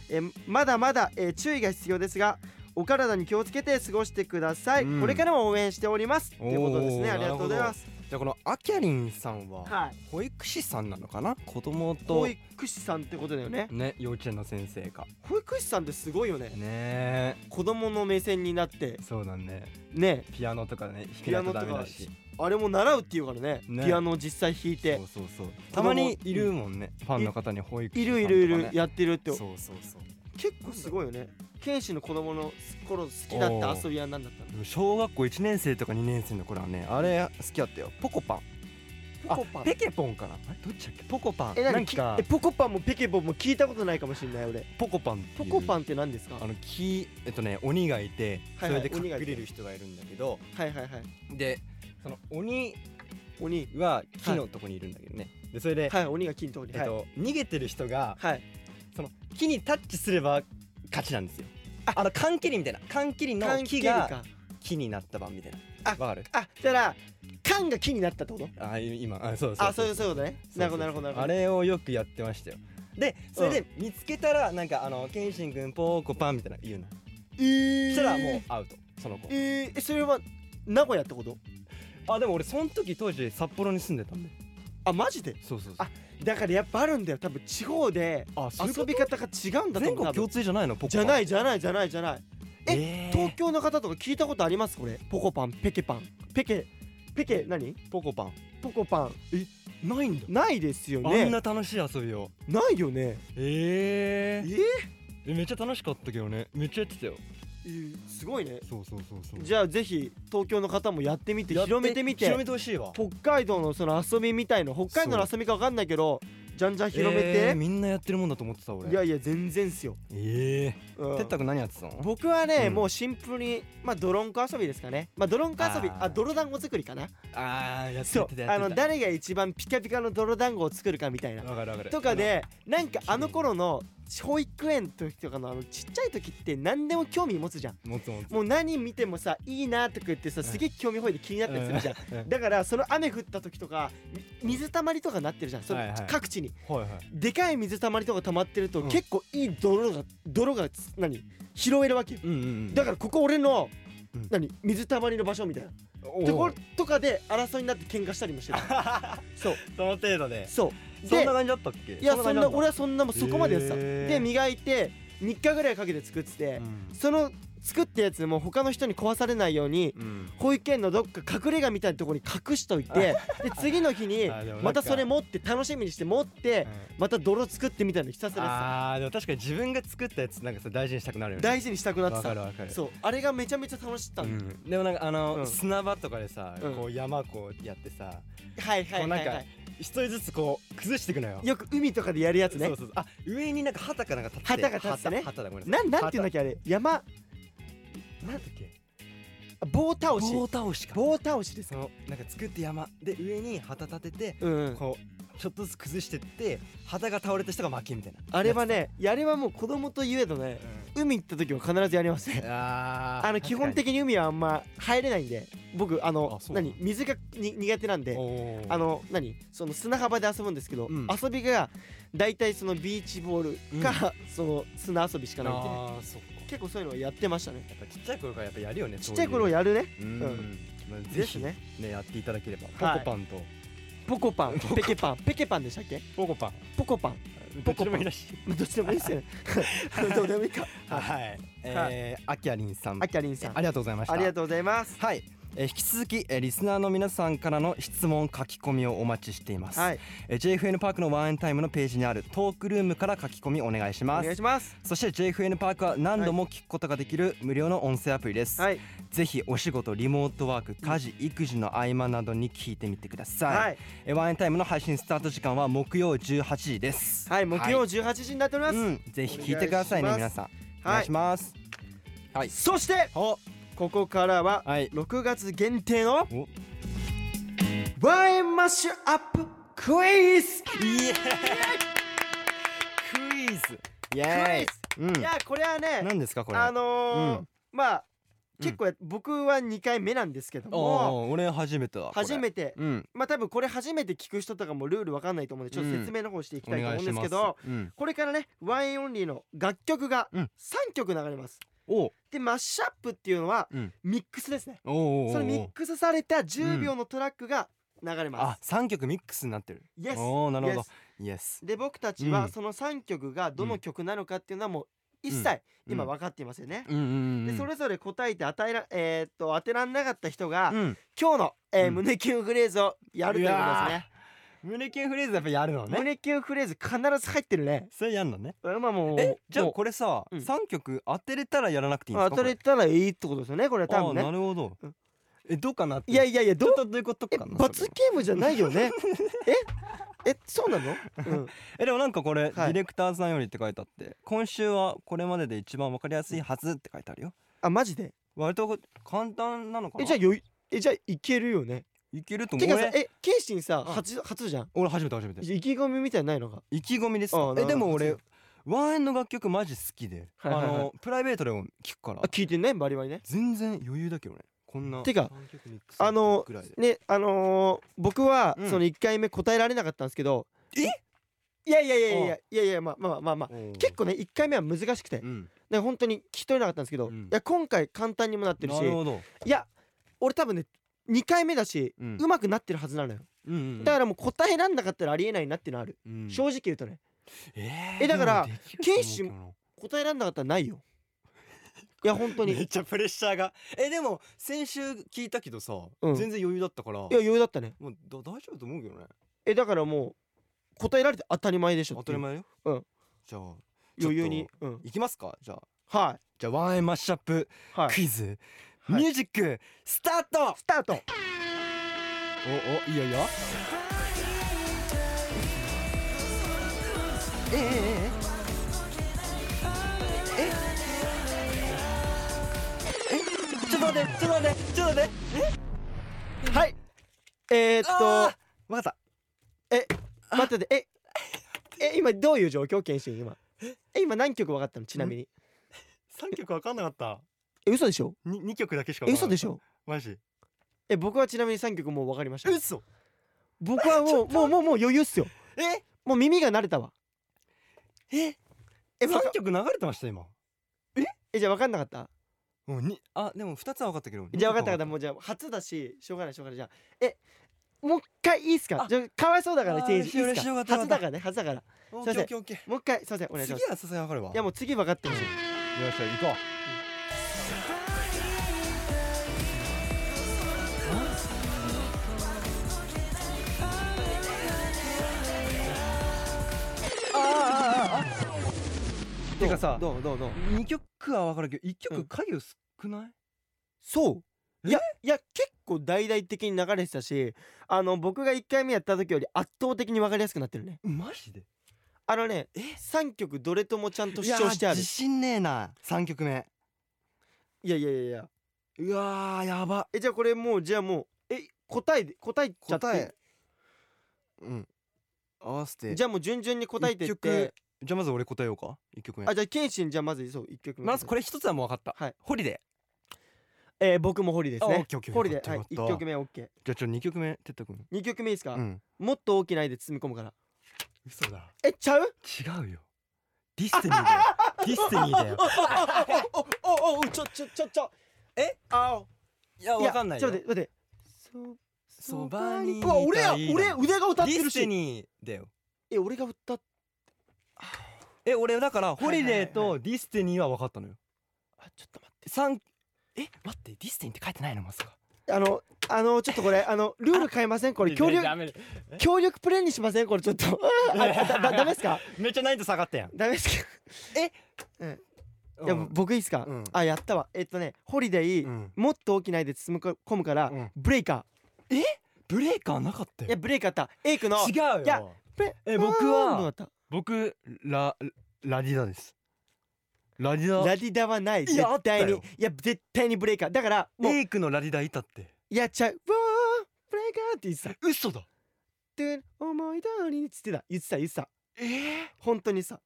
Speaker 2: えーまだまだ、えー注意が必要ですがお体に気をつけて過ごしてください、
Speaker 3: うん
Speaker 2: これからも応援しておりますということですね
Speaker 3: おー
Speaker 2: ありがとうございます
Speaker 3: じゃあこのあきゃりんさんは
Speaker 2: はい
Speaker 3: 保育士さんなのかな子供と
Speaker 2: 保育士さんってことだよね
Speaker 3: ね幼稚園の先生か
Speaker 2: 保育士さんってすごいよね
Speaker 3: ね
Speaker 2: 子供の目線になって
Speaker 3: えそうだね
Speaker 2: ね
Speaker 3: ピアノとかね弾けないとダメだし
Speaker 2: あれも習うっていうからね
Speaker 3: ね
Speaker 2: ピアノを実際弾いて
Speaker 3: そうそうそうたまにいるもんね、ファンの方に保育士
Speaker 2: い
Speaker 3: さんと
Speaker 2: る
Speaker 3: か、ね、
Speaker 2: いるいるやってるって
Speaker 3: そうそうそう
Speaker 2: 結構すごいよね剣士の子供の頃好きだった遊びは何だったの
Speaker 3: でも小学校1年生とか2年生の頃はねあれ好きだったよポコパン
Speaker 2: ポコパン
Speaker 3: あペケポンかなあれどっちだっけポコパン
Speaker 2: え
Speaker 3: な
Speaker 2: なんん
Speaker 3: か
Speaker 2: かえポコパンもペケボンも聞いたことないかもしれない俺
Speaker 3: ポコパンって
Speaker 2: ポ
Speaker 3: いう
Speaker 2: コパンって何ですかは
Speaker 3: あ
Speaker 2: い
Speaker 3: の木えっとね鬼がいてそ
Speaker 2: はいは
Speaker 3: れ
Speaker 2: い
Speaker 3: で隠
Speaker 2: 鬼がいて
Speaker 3: れる人がいるんだけど、
Speaker 2: はいはい
Speaker 3: でその鬼
Speaker 2: 鬼
Speaker 3: は木のとこにいるんだけどね、でそれで、
Speaker 2: はい鬼が均等に
Speaker 3: え
Speaker 2: は
Speaker 3: っ
Speaker 2: い
Speaker 3: と逃げてる人が
Speaker 2: はい
Speaker 3: その木にタッチすれば勝ちなんですよあの缶切りみたいな缶切りの
Speaker 2: 缶切
Speaker 3: 木
Speaker 2: り
Speaker 3: が
Speaker 2: か
Speaker 3: 木になった版みたいな
Speaker 2: あ
Speaker 3: わかる
Speaker 2: あだから缶が木になったってこと
Speaker 3: あい今あそうそう
Speaker 2: あそういうそういうことね
Speaker 3: そう
Speaker 2: なるほどなるほどなるほど
Speaker 3: あれをよくやってましたよでそれ
Speaker 2: う
Speaker 3: で見つけたらなんかあのケンシン君ポーコパンみたいな言うの
Speaker 2: えー
Speaker 3: そしたらもうアウトその子
Speaker 2: えー、それは名古屋ってこと
Speaker 3: あでも俺その時当時札幌に住んでたんで
Speaker 2: あマジで
Speaker 3: そうそう
Speaker 2: あだからやっぱあるんだよ多分地方で
Speaker 3: ああそういうこ
Speaker 2: 遊
Speaker 3: と
Speaker 2: び方が違うんだと
Speaker 3: 全
Speaker 2: 思う
Speaker 3: 国
Speaker 2: 多
Speaker 3: 共
Speaker 2: 分
Speaker 3: 通じゃないのポコパン
Speaker 2: じゃないじゃないじゃないじゃない
Speaker 3: えー
Speaker 2: 東京の方とか聞いたことありますこれポコパンペケパンペケペケ何
Speaker 3: ポコパン
Speaker 2: ポコパン
Speaker 3: ないんだ
Speaker 2: ないですよ
Speaker 3: あん
Speaker 2: ね
Speaker 3: な楽しい遊びを
Speaker 2: ないよね
Speaker 3: え
Speaker 2: え
Speaker 3: ー、えめっちゃ楽しかったけどねめっちゃやってたよ
Speaker 2: ーすごいね
Speaker 3: そうそうそうそう
Speaker 2: じゃあぜひ東京の方もやってみて
Speaker 3: やっ
Speaker 2: 広めてみて
Speaker 3: 広めてほしいわ
Speaker 2: 北海道のその遊びみたいの北海道の遊びかわかんないけどじゃんじゃん広め
Speaker 3: えー
Speaker 2: て、
Speaker 3: みんなやってるもんだと思ってた俺
Speaker 2: いやいや全然っすよ、
Speaker 3: え
Speaker 2: う
Speaker 3: え
Speaker 2: ん
Speaker 3: てったく何やってたの
Speaker 2: 僕はね、
Speaker 3: うん
Speaker 2: もうシンプルにまあ泥んこ遊びですかねまあ泥んこ遊び
Speaker 3: あ
Speaker 2: あ
Speaker 3: ー
Speaker 2: 泥団子作りかな
Speaker 3: ああやってた
Speaker 2: そ
Speaker 3: や
Speaker 2: う
Speaker 3: ってたや
Speaker 2: あ
Speaker 3: ってた
Speaker 2: の誰が一番ピカピカの泥団子を作るかみたいな
Speaker 3: わかるわかる
Speaker 2: とかでなんかあの頃の保育園の時とかのあのちっちゃい時って何でも興味持つじゃん
Speaker 3: あのもつもつ
Speaker 2: もう何見てもさいいなとか言ってさすげえ興味本位で気になったりするじゃん、
Speaker 3: うん うん
Speaker 2: だからその雨降った時とかみ水たまりとかなってるじゃんその
Speaker 3: はいはい
Speaker 2: 各地に、
Speaker 3: はいはい
Speaker 2: でかい水たまりとか溜まってると、
Speaker 3: うん
Speaker 2: 結構いい泥が泥がつ何拾えるわけよ
Speaker 3: うんうんうん
Speaker 2: だからここ俺の、
Speaker 3: うん
Speaker 2: 何水たまりの場所みたいな
Speaker 3: おう
Speaker 2: とことかで争いになって喧嘩したりもしてる そう
Speaker 3: その程度で
Speaker 2: そう
Speaker 3: そん
Speaker 2: で
Speaker 3: な感じだったっけ
Speaker 2: いやそ
Speaker 3: 感
Speaker 2: ん
Speaker 3: じ
Speaker 2: な
Speaker 3: だった
Speaker 2: 俺はそんなもうそこまでやってた、
Speaker 3: へー
Speaker 2: で磨いて3日ぐらいかけて作ってて、その作ったやつも他の人に壊されないように
Speaker 3: うんうん
Speaker 2: 保育園のどっか隠れ家みたいなところに隠しとい てで次の日に
Speaker 3: あでもなんか
Speaker 2: またそれ持って楽しみにして持ってまた泥作ってみたいなのひたすらやっ
Speaker 3: あーでも確かに自分が作ったやつなんかさ大事にしたくなるよ
Speaker 2: て
Speaker 3: ね
Speaker 2: た大事にしたくなって
Speaker 3: わかる
Speaker 2: た
Speaker 3: わかる
Speaker 2: そうあれがめちゃめちゃ楽しかったの、
Speaker 3: うんでもなんかあの、
Speaker 2: うん
Speaker 3: 砂場とかでさ、
Speaker 2: うん
Speaker 3: こう山こうやってさ
Speaker 2: はいはいはい、
Speaker 3: こう
Speaker 2: は
Speaker 3: なん
Speaker 2: い、
Speaker 3: 一人ずつこう崩していくのよ
Speaker 2: よく海とかでやるやつね
Speaker 3: そうそうそうあ上になんか旗かなんか立って
Speaker 2: 旗が立ってね
Speaker 3: 旗旗だごめんな
Speaker 2: な
Speaker 3: さい
Speaker 2: んなんていうんだっけあれ山
Speaker 3: 旗なんだっけ
Speaker 2: あ棒倒し
Speaker 3: 棒倒しか
Speaker 2: 棒倒しです
Speaker 3: そのなんか作って山で上に旗立てて
Speaker 2: うんうん
Speaker 3: こうちょっとずつ崩してって旗が倒れた人が負けみたいな
Speaker 2: あれはね、いやあれはもう子供といえどね
Speaker 3: や、つだ
Speaker 2: 海行った時は必ずやりますね
Speaker 3: あ
Speaker 2: あの基本的に海はあんま入れないんで僕あの
Speaker 3: あそう
Speaker 2: 何水がに苦手なんであ
Speaker 3: あの
Speaker 2: の何その砂浜で遊ぶんですけど、
Speaker 3: うん
Speaker 2: 遊びが大体そのビーチボールか、 その砂遊びしかないんで
Speaker 3: あーそっか
Speaker 2: 結構そういうのはやってましたね
Speaker 3: やっぱちっちゃい頃からやっぱやるよね
Speaker 2: ちっちゃい頃
Speaker 3: や
Speaker 2: やるね
Speaker 3: うん、
Speaker 2: うん
Speaker 3: まあ
Speaker 2: ぜ
Speaker 3: ぜ
Speaker 2: ひ
Speaker 3: ひ
Speaker 2: ね
Speaker 3: ねやっていただければ
Speaker 2: はい
Speaker 3: ポコパンと、
Speaker 2: ポコパンペケパンペケパンでしたっけ
Speaker 3: ポコパン
Speaker 2: ポコパン
Speaker 3: どっちでもいいらしい
Speaker 2: まあどっちでもいいっすよねどうでもいいか
Speaker 3: はい、えー、あきやりんさん
Speaker 2: あきゃりんさん
Speaker 3: ありがとうございました
Speaker 2: ありがとうございます
Speaker 3: はい、えー引き続き、えーリスナーの皆さんからの質問書き込みをお待ちしています、
Speaker 2: はい
Speaker 3: えー JFN パークのワンエンタイムのページにあるトークルームから書き込みお願いし
Speaker 2: お
Speaker 3: ま
Speaker 2: 願い
Speaker 3: す
Speaker 2: します
Speaker 3: そして JFN パークは何度も聞くことができる無料の音声アプリです、
Speaker 2: はい
Speaker 3: ぜひお仕事リモートワーク家事育児の合間などに聞いてみてください、
Speaker 2: はい
Speaker 3: えーワンエンタイムの配信スタート時間は木曜18時です
Speaker 2: はい木曜18時になっておりま
Speaker 3: う
Speaker 2: す
Speaker 3: ん、ぜひ聞いてくださいね
Speaker 2: お願い
Speaker 3: 皆
Speaker 2: し
Speaker 3: さんお
Speaker 2: は
Speaker 3: 願い
Speaker 2: い
Speaker 3: しますはい
Speaker 2: そして
Speaker 3: お
Speaker 2: ここからは
Speaker 3: はい
Speaker 2: 6月限定の
Speaker 3: お
Speaker 2: ワインマッシュアップクイズ
Speaker 3: イエーイクイズイエーイうん
Speaker 2: いやこれはね
Speaker 3: 何ですかこれ
Speaker 2: あのー
Speaker 3: うん
Speaker 2: まあ
Speaker 3: うん
Speaker 2: 結構や僕は2回目なんですけども
Speaker 3: おー俺初めてだこれ
Speaker 2: 初めて
Speaker 3: うん
Speaker 2: まあ多分これ初めて聞く人とかもルールわかんないと思うのでちょっと
Speaker 3: うん
Speaker 2: 説明の方していき
Speaker 3: お
Speaker 2: たいと
Speaker 3: 願
Speaker 2: 思
Speaker 3: い
Speaker 2: うんです
Speaker 3: しま
Speaker 2: け
Speaker 3: す
Speaker 2: ど
Speaker 3: うん
Speaker 2: これからねワインオンリーの楽曲が
Speaker 3: うん
Speaker 2: 3曲流れます
Speaker 3: おう
Speaker 2: でマッシュアップっていうのは
Speaker 3: うん
Speaker 2: ミックスですね
Speaker 3: おうおうおう
Speaker 2: そのミックスされた10秒のトラックが流れま
Speaker 3: あ
Speaker 2: す
Speaker 3: 三曲ミックスになってる
Speaker 2: Yes
Speaker 3: おおなるほ
Speaker 2: Yes
Speaker 3: どイエス
Speaker 2: で僕たち
Speaker 3: う
Speaker 2: は
Speaker 3: ん
Speaker 2: その3曲がどの曲なのかっていうのはもう一切今分かっていますよね
Speaker 3: うんうんうんう
Speaker 2: で
Speaker 3: ん
Speaker 2: それぞれ答えて与えらえーっと当てらんなかった人が
Speaker 3: うん
Speaker 2: 今日の、えー
Speaker 3: うん
Speaker 2: 胸キュンフレーズをやるということですね
Speaker 3: 胸キュンフレーズやっぱやるのね
Speaker 2: 胸キュンフレーズ必ず入ってるね
Speaker 3: それやんのね
Speaker 2: まあもう
Speaker 3: えじゃあ
Speaker 2: もう
Speaker 3: これさ
Speaker 2: うん
Speaker 3: 三曲当てれたらやらなくていいんです
Speaker 2: 当
Speaker 3: か
Speaker 2: たれたらいいってことですよねこれは
Speaker 3: これ
Speaker 2: 多
Speaker 3: あ
Speaker 2: 分
Speaker 3: ーな
Speaker 2: ね
Speaker 3: るほど
Speaker 2: うん
Speaker 3: えどうかなって
Speaker 2: いやいやいやどう
Speaker 3: どういうこと
Speaker 2: え
Speaker 3: かな
Speaker 2: 罰ゲームじゃないよ ねええそうなの、うん、
Speaker 3: えでもなんかこれ、
Speaker 2: い
Speaker 3: ディレクターさんよりって書いてあって今週はこれまでで一番わかりやすいはずって書いてあるよ
Speaker 2: あマジで
Speaker 3: 割と簡単なのかな
Speaker 2: えじゃあよいえじゃあいけるよね
Speaker 3: いけると思
Speaker 2: て
Speaker 3: う
Speaker 2: かさ
Speaker 3: 俺
Speaker 2: えケイシンさ
Speaker 3: うん
Speaker 2: 初初じゃん
Speaker 3: 俺初めて初めて
Speaker 2: 意気込みみたいなのないのか
Speaker 3: 意気込みですか
Speaker 2: あーなる
Speaker 3: え
Speaker 2: ほど
Speaker 3: でも
Speaker 2: 初め
Speaker 3: 俺
Speaker 2: て
Speaker 3: ワンエンの楽曲マジ好きで、
Speaker 2: はいはいはい
Speaker 3: あのプライベートでも聴くから
Speaker 2: あ聞いてねバリバリね
Speaker 3: 全然余裕だけどねこんな
Speaker 2: てか
Speaker 3: 三曲ミックス
Speaker 2: あの
Speaker 3: ぐらいで
Speaker 2: ねあのー僕は
Speaker 3: うん
Speaker 2: その1回目答えられなかったんですけど、
Speaker 3: え
Speaker 2: いやいやいやいやいやいやまあまあまあまあ
Speaker 3: おー
Speaker 2: 結構ね1回目は難しくて、
Speaker 3: うん
Speaker 2: ね本当に聞き取れなかったんですけど、
Speaker 3: うん
Speaker 2: いや今回簡単にもなってるし
Speaker 3: なるほど、
Speaker 2: いや俺多分ね2回目だし、
Speaker 3: う
Speaker 2: うんまくなってるはずなのよ、
Speaker 3: うんうん
Speaker 2: だからもう答えらんなかったらありえないなってのある、
Speaker 3: うん
Speaker 2: 正直言うとね
Speaker 3: え
Speaker 2: えだから
Speaker 3: ケ
Speaker 2: ケイシ答えらんなかったらないよいや本当に
Speaker 3: めっ
Speaker 2: い
Speaker 3: ちゃプレッシャーがえでも先週聞いたけどさ、
Speaker 2: うん
Speaker 3: 全然余裕だったから
Speaker 2: や余裕だったね
Speaker 3: もうだ大丈夫と思うけどね
Speaker 2: えだからもう答えられて当たり前でしょ
Speaker 3: 当
Speaker 2: って
Speaker 3: た
Speaker 2: い
Speaker 3: り
Speaker 2: う
Speaker 3: 前よ
Speaker 2: うん
Speaker 3: じゃあ
Speaker 2: 余裕に
Speaker 3: ち、
Speaker 2: うん、
Speaker 3: 行きますかじゃあ
Speaker 2: は
Speaker 3: じゃあワンエンマッシュアップ
Speaker 2: いはい
Speaker 3: クイズ、
Speaker 2: はい
Speaker 3: ミュージックスタート
Speaker 2: スタート
Speaker 3: おおいいよいいよえええええええちょっと待ってちょっと待ってちょっと待って
Speaker 2: はいえー、っと
Speaker 3: あーわかった
Speaker 2: 待っててええ今どういう状況謙信今え今何曲分かったのちなみに
Speaker 3: 三曲わかんなかった
Speaker 2: え嘘でしょ
Speaker 3: に二曲だけしか
Speaker 2: え
Speaker 3: 分
Speaker 2: 嘘
Speaker 3: かんなかった
Speaker 2: でしょ
Speaker 3: マジ
Speaker 2: え僕はちなみに3曲もう分かりました
Speaker 3: 嘘
Speaker 2: 僕はもうもうもうもう余裕っすよ
Speaker 3: え
Speaker 2: もう耳が慣れたわ
Speaker 3: え
Speaker 2: えわ
Speaker 3: 三
Speaker 2: か
Speaker 3: 曲流れてました今
Speaker 2: えじゃあ分かんなかった
Speaker 3: もうにあでも二つは分かったけど
Speaker 2: じゃあ分かった分かった
Speaker 3: 二曲は
Speaker 2: もうじゃあ初だししょうがないしょうがないじゃあえもう一回いいっすか
Speaker 3: あ
Speaker 2: じゃあかわいそうだから
Speaker 3: あー
Speaker 2: ステージいいっ
Speaker 3: よろし
Speaker 2: す
Speaker 3: よか
Speaker 2: か初
Speaker 3: ったよかった
Speaker 2: だからね初だから
Speaker 3: オッ
Speaker 2: すいません
Speaker 3: ケーオッケーオッケ
Speaker 2: もう一回すいませんお
Speaker 3: ー
Speaker 2: 願いします
Speaker 3: 次はさすがに分かるわ
Speaker 2: いやもう次分かってほしい
Speaker 3: よっしゃ行こう。あああああ。てかさ、
Speaker 2: どうどうどう
Speaker 3: 二曲はわかるけど、一
Speaker 2: う
Speaker 3: 曲
Speaker 2: ん
Speaker 3: 影少ない。
Speaker 2: そう
Speaker 3: え
Speaker 2: いやいや結構大々的に流れてたしあの僕が1回目やった時より圧倒的に分かりやすくなってるね
Speaker 3: マジで。
Speaker 2: あのね
Speaker 3: え
Speaker 2: 3曲どれともちゃんと主張してある
Speaker 3: 自信ねえな。三曲目。
Speaker 2: いやいやいやいや
Speaker 3: うわー、やば。
Speaker 2: えじゃあこれもうじゃあもうえ答えで答えちゃって
Speaker 3: うん。合わせて。
Speaker 2: じ
Speaker 3: ゃ
Speaker 2: ゃあもう順々に答えてって
Speaker 3: 一曲じゃあまず俺答えようか一曲目
Speaker 2: あじゃあケンシンじゃあまずそう一曲目
Speaker 3: まずこれ一つはもう分かった、
Speaker 2: はい
Speaker 3: ホリデ
Speaker 2: れ、えー、僕もホリで
Speaker 3: ー
Speaker 2: す
Speaker 3: あオッ
Speaker 2: ね
Speaker 3: ケーオッケー
Speaker 2: ホリで
Speaker 3: よかった
Speaker 2: はい
Speaker 3: よかった
Speaker 2: 1曲目 OK2
Speaker 3: じゃあちょ二曲目てったくん
Speaker 2: 曲目いいですか、
Speaker 3: うん
Speaker 2: もっと大きな愛で包み込むから
Speaker 3: 嘘だ
Speaker 2: えちゃう
Speaker 3: 違うよディスティニー だよディスティニーだよ
Speaker 2: おおおおちょちょちょちょえあ
Speaker 3: いや
Speaker 2: お
Speaker 3: わかんない
Speaker 2: ちょ
Speaker 3: よ
Speaker 2: っと待って待って
Speaker 3: そばにいた
Speaker 2: うわ俺や
Speaker 3: いな
Speaker 2: 俺腕が歌って
Speaker 3: ディ
Speaker 2: る
Speaker 3: スティ
Speaker 2: し
Speaker 3: ニーだよ
Speaker 2: え俺が歌っ
Speaker 3: え俺だからホリデー
Speaker 2: はいはい
Speaker 3: とディスティニーは分かったのよ
Speaker 2: あちょっと待っ
Speaker 3: 三え待ってディスティニーって書いてないのまさか
Speaker 2: てあのあのちょっとこれあのルール変えませんこれ協力
Speaker 3: ダメ
Speaker 2: 協力プレイにしませんこれちょっとあだだダメですか
Speaker 3: めっちゃ難易度下がったやん
Speaker 2: ダメですかいや僕いいですか
Speaker 3: うん
Speaker 2: あやったわえっとねホリデ
Speaker 3: う
Speaker 2: ー
Speaker 3: ん
Speaker 2: もっと大きな愛で包み込むから
Speaker 3: うん
Speaker 2: ブレイカ
Speaker 3: ブレーカーなかった
Speaker 2: ーいや
Speaker 3: よ
Speaker 2: ブレイカーあったエイクの
Speaker 3: 違うよ
Speaker 2: いやブレ
Speaker 3: え僕
Speaker 2: あーどう
Speaker 3: は
Speaker 2: だっ
Speaker 3: 僕ララディダですラディ
Speaker 2: た
Speaker 3: ダ
Speaker 2: ラディダはない
Speaker 3: いや
Speaker 2: 絶対に
Speaker 3: あ
Speaker 2: い
Speaker 3: った
Speaker 2: や絶対にブレイカーだからもう
Speaker 3: エイクのラディダいたって
Speaker 2: やっちゃうわーブレイカーって言ってた
Speaker 3: 嘘だ
Speaker 2: で思い通りにっつってた言ってた言ってた
Speaker 3: えー、
Speaker 2: 本当にさ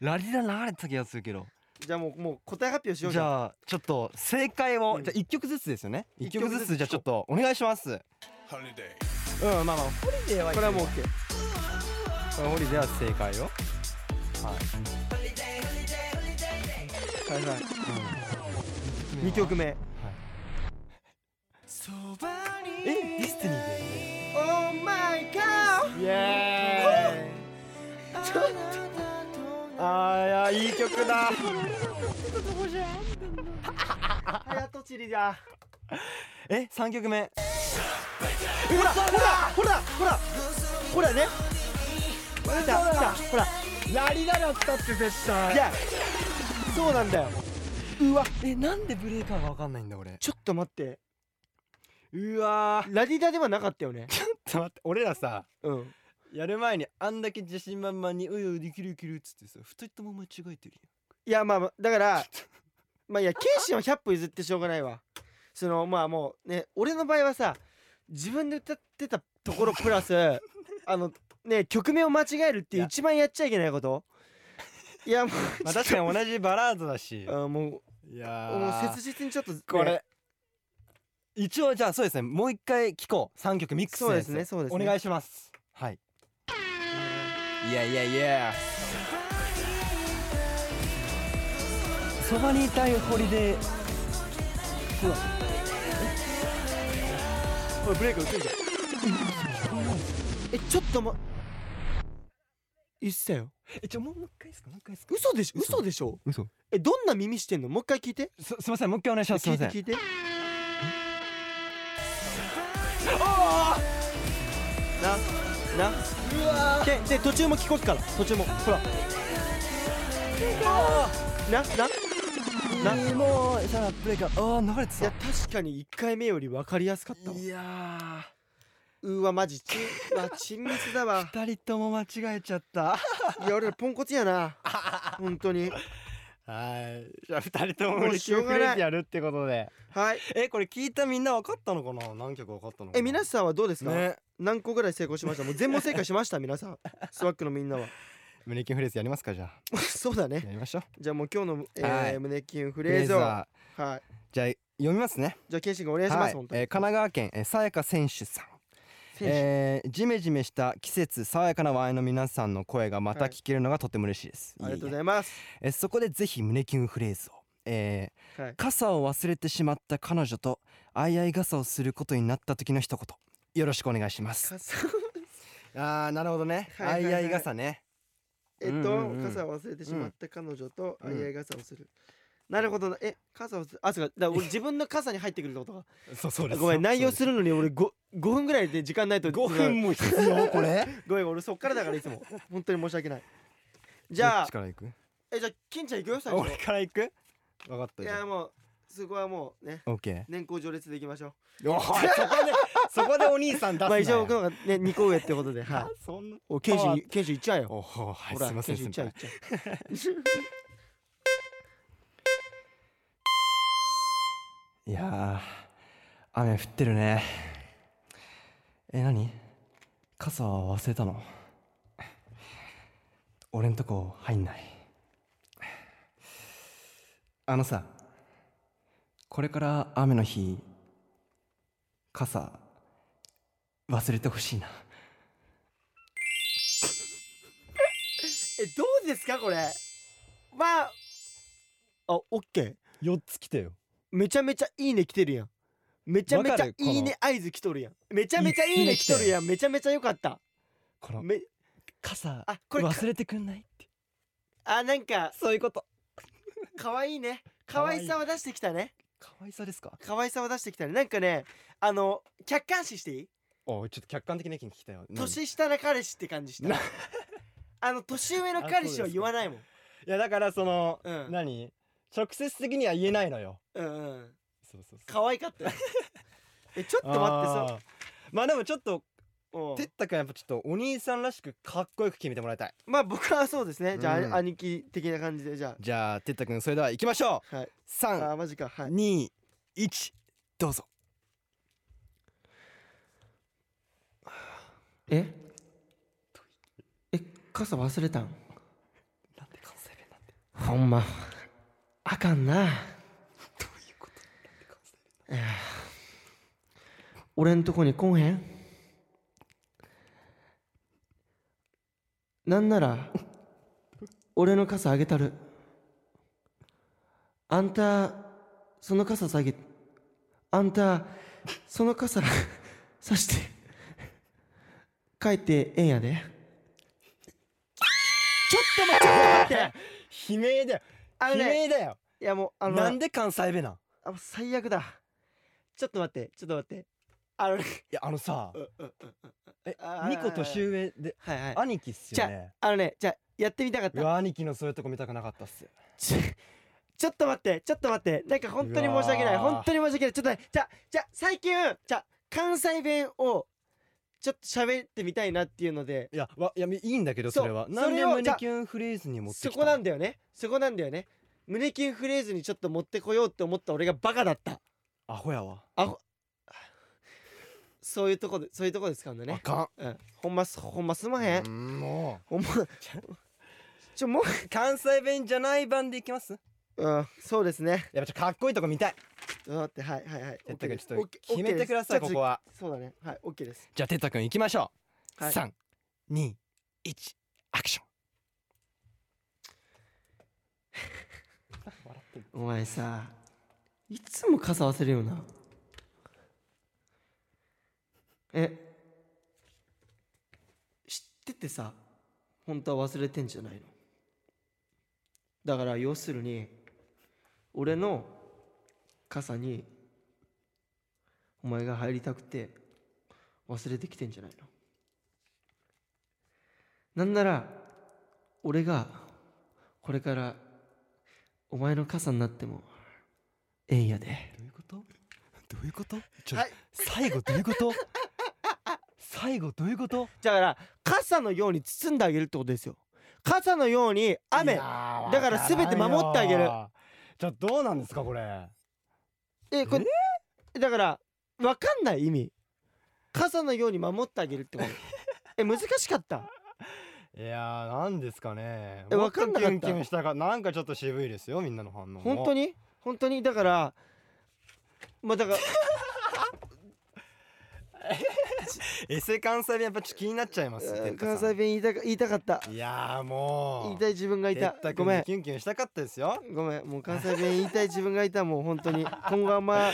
Speaker 3: ラディダ流れてた気がするけど
Speaker 2: じゃあもうもう答え発表しよう
Speaker 3: じゃあちょっと正解を、
Speaker 2: うん
Speaker 3: じゃあ一曲ずつですよね
Speaker 2: 一
Speaker 3: 一
Speaker 2: 曲
Speaker 3: 曲
Speaker 2: ずつ
Speaker 3: ずつじゃあちょっとお願いしますうんまあまあホリデーは
Speaker 2: これはもう OK
Speaker 3: これホリデーは正解よ
Speaker 2: はいはい2曲目
Speaker 3: えディスティニーだよね
Speaker 2: Oh my god
Speaker 3: イ エ
Speaker 2: ちょっ
Speaker 3: ーイあーいやいい曲だ
Speaker 2: と早とちりだ
Speaker 3: え三曲目
Speaker 2: ほらほらほらほらほらねほらほら
Speaker 3: ラリダだったって絶対
Speaker 2: いやそうなんだよ
Speaker 3: えなんでブレーカーがわかんないんだ俺
Speaker 2: ちょっと待って
Speaker 3: うわ
Speaker 2: ラディダではなかったよね
Speaker 3: ちょっと待って俺らさ
Speaker 2: うん
Speaker 3: やる前にあんだけ自信満々に「うよできるできる」っつってさ二人とも間違えてるよ
Speaker 2: いやまあまあだからまあいやケイシンは100歩譲ってしょうがないわそのまあもうね俺の場合はさ自分で歌ってたところプラス あのね曲名を間違えるっていう一番やっちゃいけないこといやも う、
Speaker 3: まあ確かに同じバラードだ し
Speaker 2: あもう
Speaker 3: いや
Speaker 2: もう
Speaker 3: ー
Speaker 2: 切実にちょっとね、
Speaker 3: これ一応じゃあそうですねもう一回聞こう三曲ミックス
Speaker 2: そうですねそうですね
Speaker 3: お願いしますはいいやいやいやそばにいたいホリデー
Speaker 2: これブレイク打ってんじゃんえちょっとま言ってたよ
Speaker 3: えちょもうもう一回ですかもう一回ですか
Speaker 2: 嘘でしょ嘘でしょ
Speaker 3: 嘘
Speaker 2: えどんな耳してんのもう一回聞いて
Speaker 3: すすいませんもう一回お願いしますすい
Speaker 2: 聞
Speaker 3: ま
Speaker 2: いて
Speaker 3: せん
Speaker 2: 聞いてなな
Speaker 3: うわ
Speaker 2: けで途中も聞こえから途中もほらななな
Speaker 3: 何もうじゃあブレイカーああ流れて
Speaker 2: いや
Speaker 3: た
Speaker 2: 確かに1回目より分かりやすかったわ
Speaker 3: いや
Speaker 2: うわマジ ちうわ緻密だわ
Speaker 3: ー二人とも間違えちゃった
Speaker 2: いや俺らポンコツやな本当に
Speaker 3: はいじゃあ二人と
Speaker 2: もうしょうがない
Speaker 3: リキュープレイスやるってことで
Speaker 2: はい
Speaker 3: えこれ聞いたみんな分かったのかな何曲分かったのかな
Speaker 2: え皆さんはどうですか、
Speaker 3: ね
Speaker 2: 何個ぐらい成功しましたもう全問正解しました皆さんスワックのみん なは
Speaker 3: 胸キュンフレーズやりますかじゃあ
Speaker 2: そうだね
Speaker 3: やりましょう
Speaker 2: じゃあもう今日の、えー
Speaker 3: はい
Speaker 2: 胸キュンフ
Speaker 3: フ
Speaker 2: レーズをは
Speaker 3: はいじゃあ読みますね
Speaker 2: じゃあケンシン君お願いします、
Speaker 3: はい
Speaker 2: 本当に
Speaker 3: えー神奈川県えーさやか選手さん
Speaker 2: 選手
Speaker 3: えー、ジメジメした季節爽やかなワインの皆さんの声がまた聞けるのがとても嬉しいです、
Speaker 2: ありがとうご
Speaker 3: いえい
Speaker 2: ざいます
Speaker 3: ええーそこでぜひ胸キュンフレーズをえー
Speaker 2: はい
Speaker 3: 傘を忘れてしまった彼女とあいあい傘をすることになった時の一言よろしくお願いします
Speaker 2: 傘
Speaker 3: あーなるほどね
Speaker 2: はいはいはい
Speaker 3: あいあい 傘ね
Speaker 2: えっと、
Speaker 3: うんうんうん
Speaker 2: 傘を忘れてしまった彼女と
Speaker 3: うん
Speaker 2: あいあい傘をする。なるほどな。え、傘をする。あ、そうか。だから 俺自分の傘に入ってくるってことか。
Speaker 3: そうそう
Speaker 2: ごめん、内容するのに俺 5, 5分ぐらいで時間ないと。
Speaker 3: 5分も必要こ れ
Speaker 2: ごめん、俺そっからだからいつも。本当に申し訳ない。じゃ
Speaker 3: ど
Speaker 2: あ
Speaker 3: っち、から行く
Speaker 2: え、じゃあ、金ちゃん行くよ、最
Speaker 3: 俺
Speaker 2: 初。
Speaker 3: から行く分かった
Speaker 2: い
Speaker 3: じゃ
Speaker 2: や、
Speaker 3: ん
Speaker 2: もう、そこはもうね、
Speaker 3: オッケー
Speaker 2: 年功序列でいきましょ
Speaker 3: おいそこでそこでお兄さん出
Speaker 2: う。ま
Speaker 3: すな
Speaker 2: あ、
Speaker 3: よ
Speaker 2: 一応僕の方がね、2個上ってことで。はい。
Speaker 3: そんな
Speaker 2: お、ケンシン、ケンシン行っちゃえよ。
Speaker 3: おほはい
Speaker 2: ほら
Speaker 3: すいません
Speaker 2: ケンシン行っ
Speaker 3: 先
Speaker 2: ちゃえ行
Speaker 3: 輩
Speaker 2: っちゃえ。
Speaker 3: いやー雨降ってるねえ何傘忘れたの俺んとこ入んないあのさこれから雨の日傘忘れてほしいな
Speaker 2: えどうですかこれまああオッケー
Speaker 5: 4つ来てよ
Speaker 2: めちゃめちゃいいね来てるやんめちゃめち
Speaker 5: わか
Speaker 2: ゃい
Speaker 5: る
Speaker 2: いね合図来とるやんめちゃめちゃいいね来とるやんめちゃめちゃよかった
Speaker 3: この
Speaker 2: め
Speaker 5: 傘
Speaker 2: あこれか
Speaker 5: 忘れてくんないって
Speaker 2: あなんか
Speaker 5: そういうこと
Speaker 2: 可愛いね可愛さを出してきたね
Speaker 5: 可愛さですか
Speaker 2: 可愛さを出してきたねなんかねあの客観視していい
Speaker 3: おいちょっと客観的な意見聞きたいよ何い
Speaker 2: 年下の彼氏って感じした
Speaker 3: な
Speaker 2: あの年上の彼氏は言わないもん
Speaker 3: やだからその、
Speaker 2: うん
Speaker 3: 何直接的には言えないのよ
Speaker 2: うんうん
Speaker 3: そうそうそう
Speaker 2: 可愛かったよ えちょっと待って
Speaker 3: あーまあでもちょっと
Speaker 2: そううん
Speaker 3: てったくんやっぱちょっとお兄さんらしくかっこよく決めてもらいたい
Speaker 2: まあ僕はそうですねじゃあ、
Speaker 3: うん
Speaker 2: 兄貴的な感じでじゃ
Speaker 3: じゃあてったくんそれでは行きましょ
Speaker 2: あはいう
Speaker 3: 3
Speaker 2: あーマジかはい
Speaker 3: 2、1どうぞ
Speaker 2: ええ傘忘れたん
Speaker 3: なんで関西弁なんで
Speaker 2: ほんまあかんな
Speaker 3: どういうことなんで関西弁
Speaker 2: 俺んとこに来んへんなんなら俺の傘あげたるあんたその傘下げあんたその傘 さして帰ってええんやでちょっと待って待って
Speaker 3: 悲鳴だよ
Speaker 2: あの
Speaker 3: 悲
Speaker 2: ね
Speaker 3: 鳴だよ
Speaker 2: いやもうあの
Speaker 3: なんで関西弁なんい
Speaker 2: あ最悪だちょっと待ってちょっと待ってあのね
Speaker 3: やあのさえ
Speaker 2: あー
Speaker 3: 2個年上で
Speaker 2: はいはい
Speaker 3: 兄貴っすよね
Speaker 2: あのねじゃあやってみたかっ
Speaker 3: う
Speaker 2: た
Speaker 3: わ兄貴のそういうとこ見たくなかったっす
Speaker 2: ちょちょっと待ってちょっと待ってなんか本当に申し訳ないう
Speaker 3: わー
Speaker 2: 本当に申し訳ないちょっと待ってじゃあじゃあ最近じゃあ関西弁をちょっと喋ってみたいなっていうので
Speaker 3: いやわいやいいんだけど
Speaker 2: そう
Speaker 3: それは
Speaker 2: それを
Speaker 3: なんで胸
Speaker 2: じゃあ
Speaker 3: キュンフレーズに持ってきた
Speaker 2: そこなんだよねそこなんだよね胸キュンフレーズにちょっと持ってこようって思った俺がバカだった
Speaker 3: アホやわ
Speaker 2: そういうとこでそういうとこですから
Speaker 3: あ
Speaker 2: ね、
Speaker 3: か
Speaker 2: うん、ほんますほんますま
Speaker 3: ん
Speaker 2: へ
Speaker 3: うんんもう
Speaker 2: ほんまちょも
Speaker 3: 関西弁じゃない版でいきます
Speaker 2: う、うん、そうですね
Speaker 3: やっぱちょっとかっこいいとこ見たい
Speaker 2: ちょっと待ってはいはいはい
Speaker 3: てったくんち
Speaker 2: OK
Speaker 3: ょっと
Speaker 2: です
Speaker 3: 決めてください
Speaker 2: OK で
Speaker 3: こ
Speaker 2: す
Speaker 3: こは
Speaker 2: そうだねはい OK です
Speaker 3: じゃあてったくん行きましょう、
Speaker 2: はい
Speaker 3: 三二321アクション
Speaker 2: お前さいつも傘忘れるよなえ知っててさ本当は忘れてんじゃないのだから要するに俺の傘にお前が入りたくて忘れてきてんじゃないのなんなら俺がこれからお前の傘になってもええんやで
Speaker 3: どういうことどういうことちょ、
Speaker 2: はい
Speaker 3: 最後どういうこと 最後どういうこと
Speaker 2: だから傘のように包んであげるってことですよ傘のように雨だから全て守ってあげる
Speaker 3: じゃあどうなんですかこれ
Speaker 2: えこれだから分かんない意味傘のように守ってあげるってことえ難しかった
Speaker 3: いやーなんですかね
Speaker 2: えわかんなかった
Speaker 3: もとキュンキュンしたかなんかちょっと渋いですよみんなの反応も
Speaker 2: 本当
Speaker 3: に
Speaker 2: に本当にだからまあだから
Speaker 3: エセ関西弁やっぱちょっと気になっちゃいますよてっ
Speaker 2: うん
Speaker 3: たさん
Speaker 2: 関西弁言いたか言いたかった
Speaker 3: いやーもう
Speaker 2: 言いたい自分がい
Speaker 3: て
Speaker 2: た
Speaker 3: ったく
Speaker 2: ごめん
Speaker 3: キュンキュンしたかったですよ
Speaker 2: ごめんもう関西弁言いたい自分がいたもう本当に今後あんま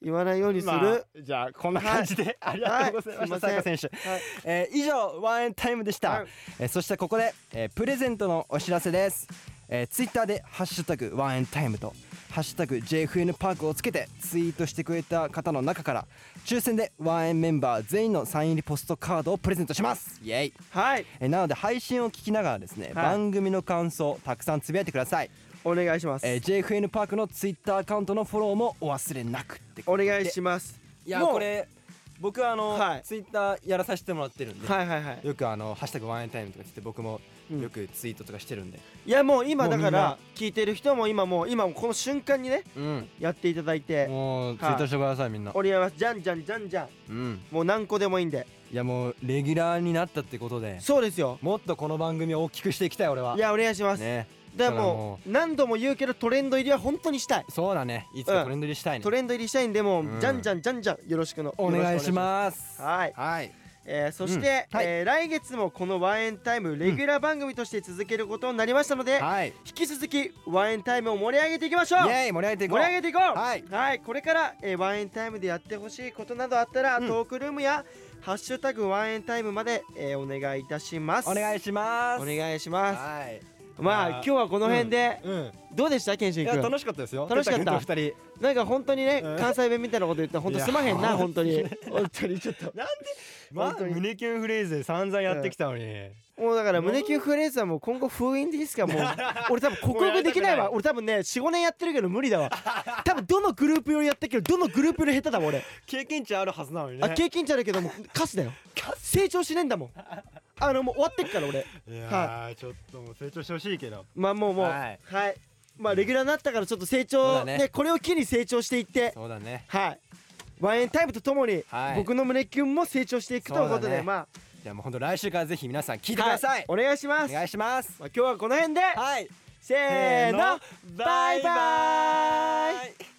Speaker 2: 言わないよう にする、
Speaker 3: まあじゃあこんな感じで、ありがとうございました、
Speaker 2: はいすいません
Speaker 3: 西郷選手、
Speaker 2: はい
Speaker 3: えー以上ワンエンタイムでした、
Speaker 2: はい
Speaker 3: えーそしてここで、えープレゼントのお知らせです、えー、ツイッターで「ハッシュタグワンエンタイム」と「ハッシュタグ #JFN パーク」をつけてツイートしてくれた方の中から抽選でワンエンメンバー全員のサイン入りポストカードをプレゼントしますイエイ
Speaker 2: はい
Speaker 3: えーなので配信を聞きながらですね、番組の感想たくさんつぶやいてください
Speaker 2: お願いします、
Speaker 3: えー JFN パークのツイッターアカウントのフォローもお忘れなくって
Speaker 2: お願いします
Speaker 3: いや
Speaker 2: もう
Speaker 3: これ僕はあの、
Speaker 2: はい
Speaker 3: ツイッターやらさせてもらってるんで、
Speaker 2: はいはいはい
Speaker 3: よくあの「ハッシュタグワンエンタイム」とか言って僕も
Speaker 2: うん
Speaker 3: よくツイートとかしてるんで
Speaker 2: いやもう今
Speaker 3: もう
Speaker 2: だ
Speaker 3: みん
Speaker 2: か
Speaker 3: な
Speaker 2: ら聞いてる人も今もう今もうこの瞬間にね
Speaker 3: うん
Speaker 2: やっていただいて
Speaker 3: もうツイートしてくださいみんな
Speaker 2: おりますじゃんじゃんじゃんじゃん
Speaker 3: うん
Speaker 2: もう何個でもいいんで
Speaker 3: いやもうレギュラーになったってことで
Speaker 2: そうですよ
Speaker 3: もっとこの番組を大きくしていきたい俺はい
Speaker 2: やお願いします
Speaker 3: ね
Speaker 2: だか
Speaker 3: そ
Speaker 2: ら
Speaker 3: れは
Speaker 2: もう何度も言うけどトレンド入りは本当にしたい
Speaker 3: そうだねいつかトレンド入りしたいね
Speaker 2: トレンド入りしたいんでもう、
Speaker 3: うん
Speaker 2: じゃんじゃんじゃんじゃんよろしくの
Speaker 3: お願いし
Speaker 2: よ
Speaker 3: ま
Speaker 2: ろし
Speaker 3: す
Speaker 2: くお願いしますはい、
Speaker 3: はい
Speaker 2: えーそして、
Speaker 3: うんはい
Speaker 2: えー来月もこのワンエンタイムレギュラー番組として続けることになりましたので、
Speaker 3: はい
Speaker 2: 引き続きワンエンタイムを盛り上げていきましょう
Speaker 3: イエーイ盛り上げていこ
Speaker 2: 盛
Speaker 3: う
Speaker 2: り上げていこう
Speaker 3: はい
Speaker 2: これから、えーワンエンタイムでやってほしいことなどあったら、
Speaker 3: うん
Speaker 2: トークルームや「ハッシュタグワンエンタイム」まで、えーお願いいたします
Speaker 3: お願
Speaker 2: い
Speaker 3: いします
Speaker 2: お願いします
Speaker 3: はい
Speaker 2: まあ
Speaker 3: あー
Speaker 2: 今日はこの辺で、
Speaker 3: うん
Speaker 2: どうでした健
Speaker 3: い
Speaker 2: 信
Speaker 3: や
Speaker 2: 君
Speaker 3: 楽しかったですよ
Speaker 2: 楽しかった
Speaker 3: てた君と 二人
Speaker 2: なんか本当にね、
Speaker 3: うん
Speaker 2: 関西弁みたいなこと言って本当すまへん
Speaker 3: い
Speaker 2: な
Speaker 3: や
Speaker 2: 本当 に本当にちょっと
Speaker 3: ま
Speaker 2: 本
Speaker 3: あ
Speaker 2: 当に
Speaker 3: 胸キュンフレーズで散々やってきたのに
Speaker 2: もうだから胸キュンフレーズはもう今後封印でいいです かもう俺多分克服できないわ
Speaker 3: も
Speaker 2: 俺多分ね45年やってるけど無理だわ多分どのグループよりやったけどどのグループより下手だわ俺
Speaker 3: 経験値あるはずなのにね
Speaker 2: あ経験値あるけどもカスだよ成長しねえんだもんあのもう終わってっから俺
Speaker 3: いやーちょっともう成長してほしいけど
Speaker 2: まあもうもうは
Speaker 3: はいい、
Speaker 2: まあレギュラーになったからちょっと成
Speaker 3: そう
Speaker 2: 長
Speaker 3: だ
Speaker 2: ね
Speaker 3: ね
Speaker 2: これを機に成長していって
Speaker 3: そうだね
Speaker 2: はいワンエンタイムとともに、
Speaker 3: はい
Speaker 2: 僕の胸キュンも成長していくということ
Speaker 3: そう
Speaker 2: で、
Speaker 3: だね
Speaker 2: ま
Speaker 3: じゃあもうほんと来週からぜひ皆さん聞い
Speaker 2: あ
Speaker 3: てください
Speaker 2: はお願いしま
Speaker 3: お
Speaker 2: す
Speaker 3: 願いします
Speaker 2: まあ、今日はこの辺で
Speaker 3: はい
Speaker 2: せーのバイバイ
Speaker 3: イ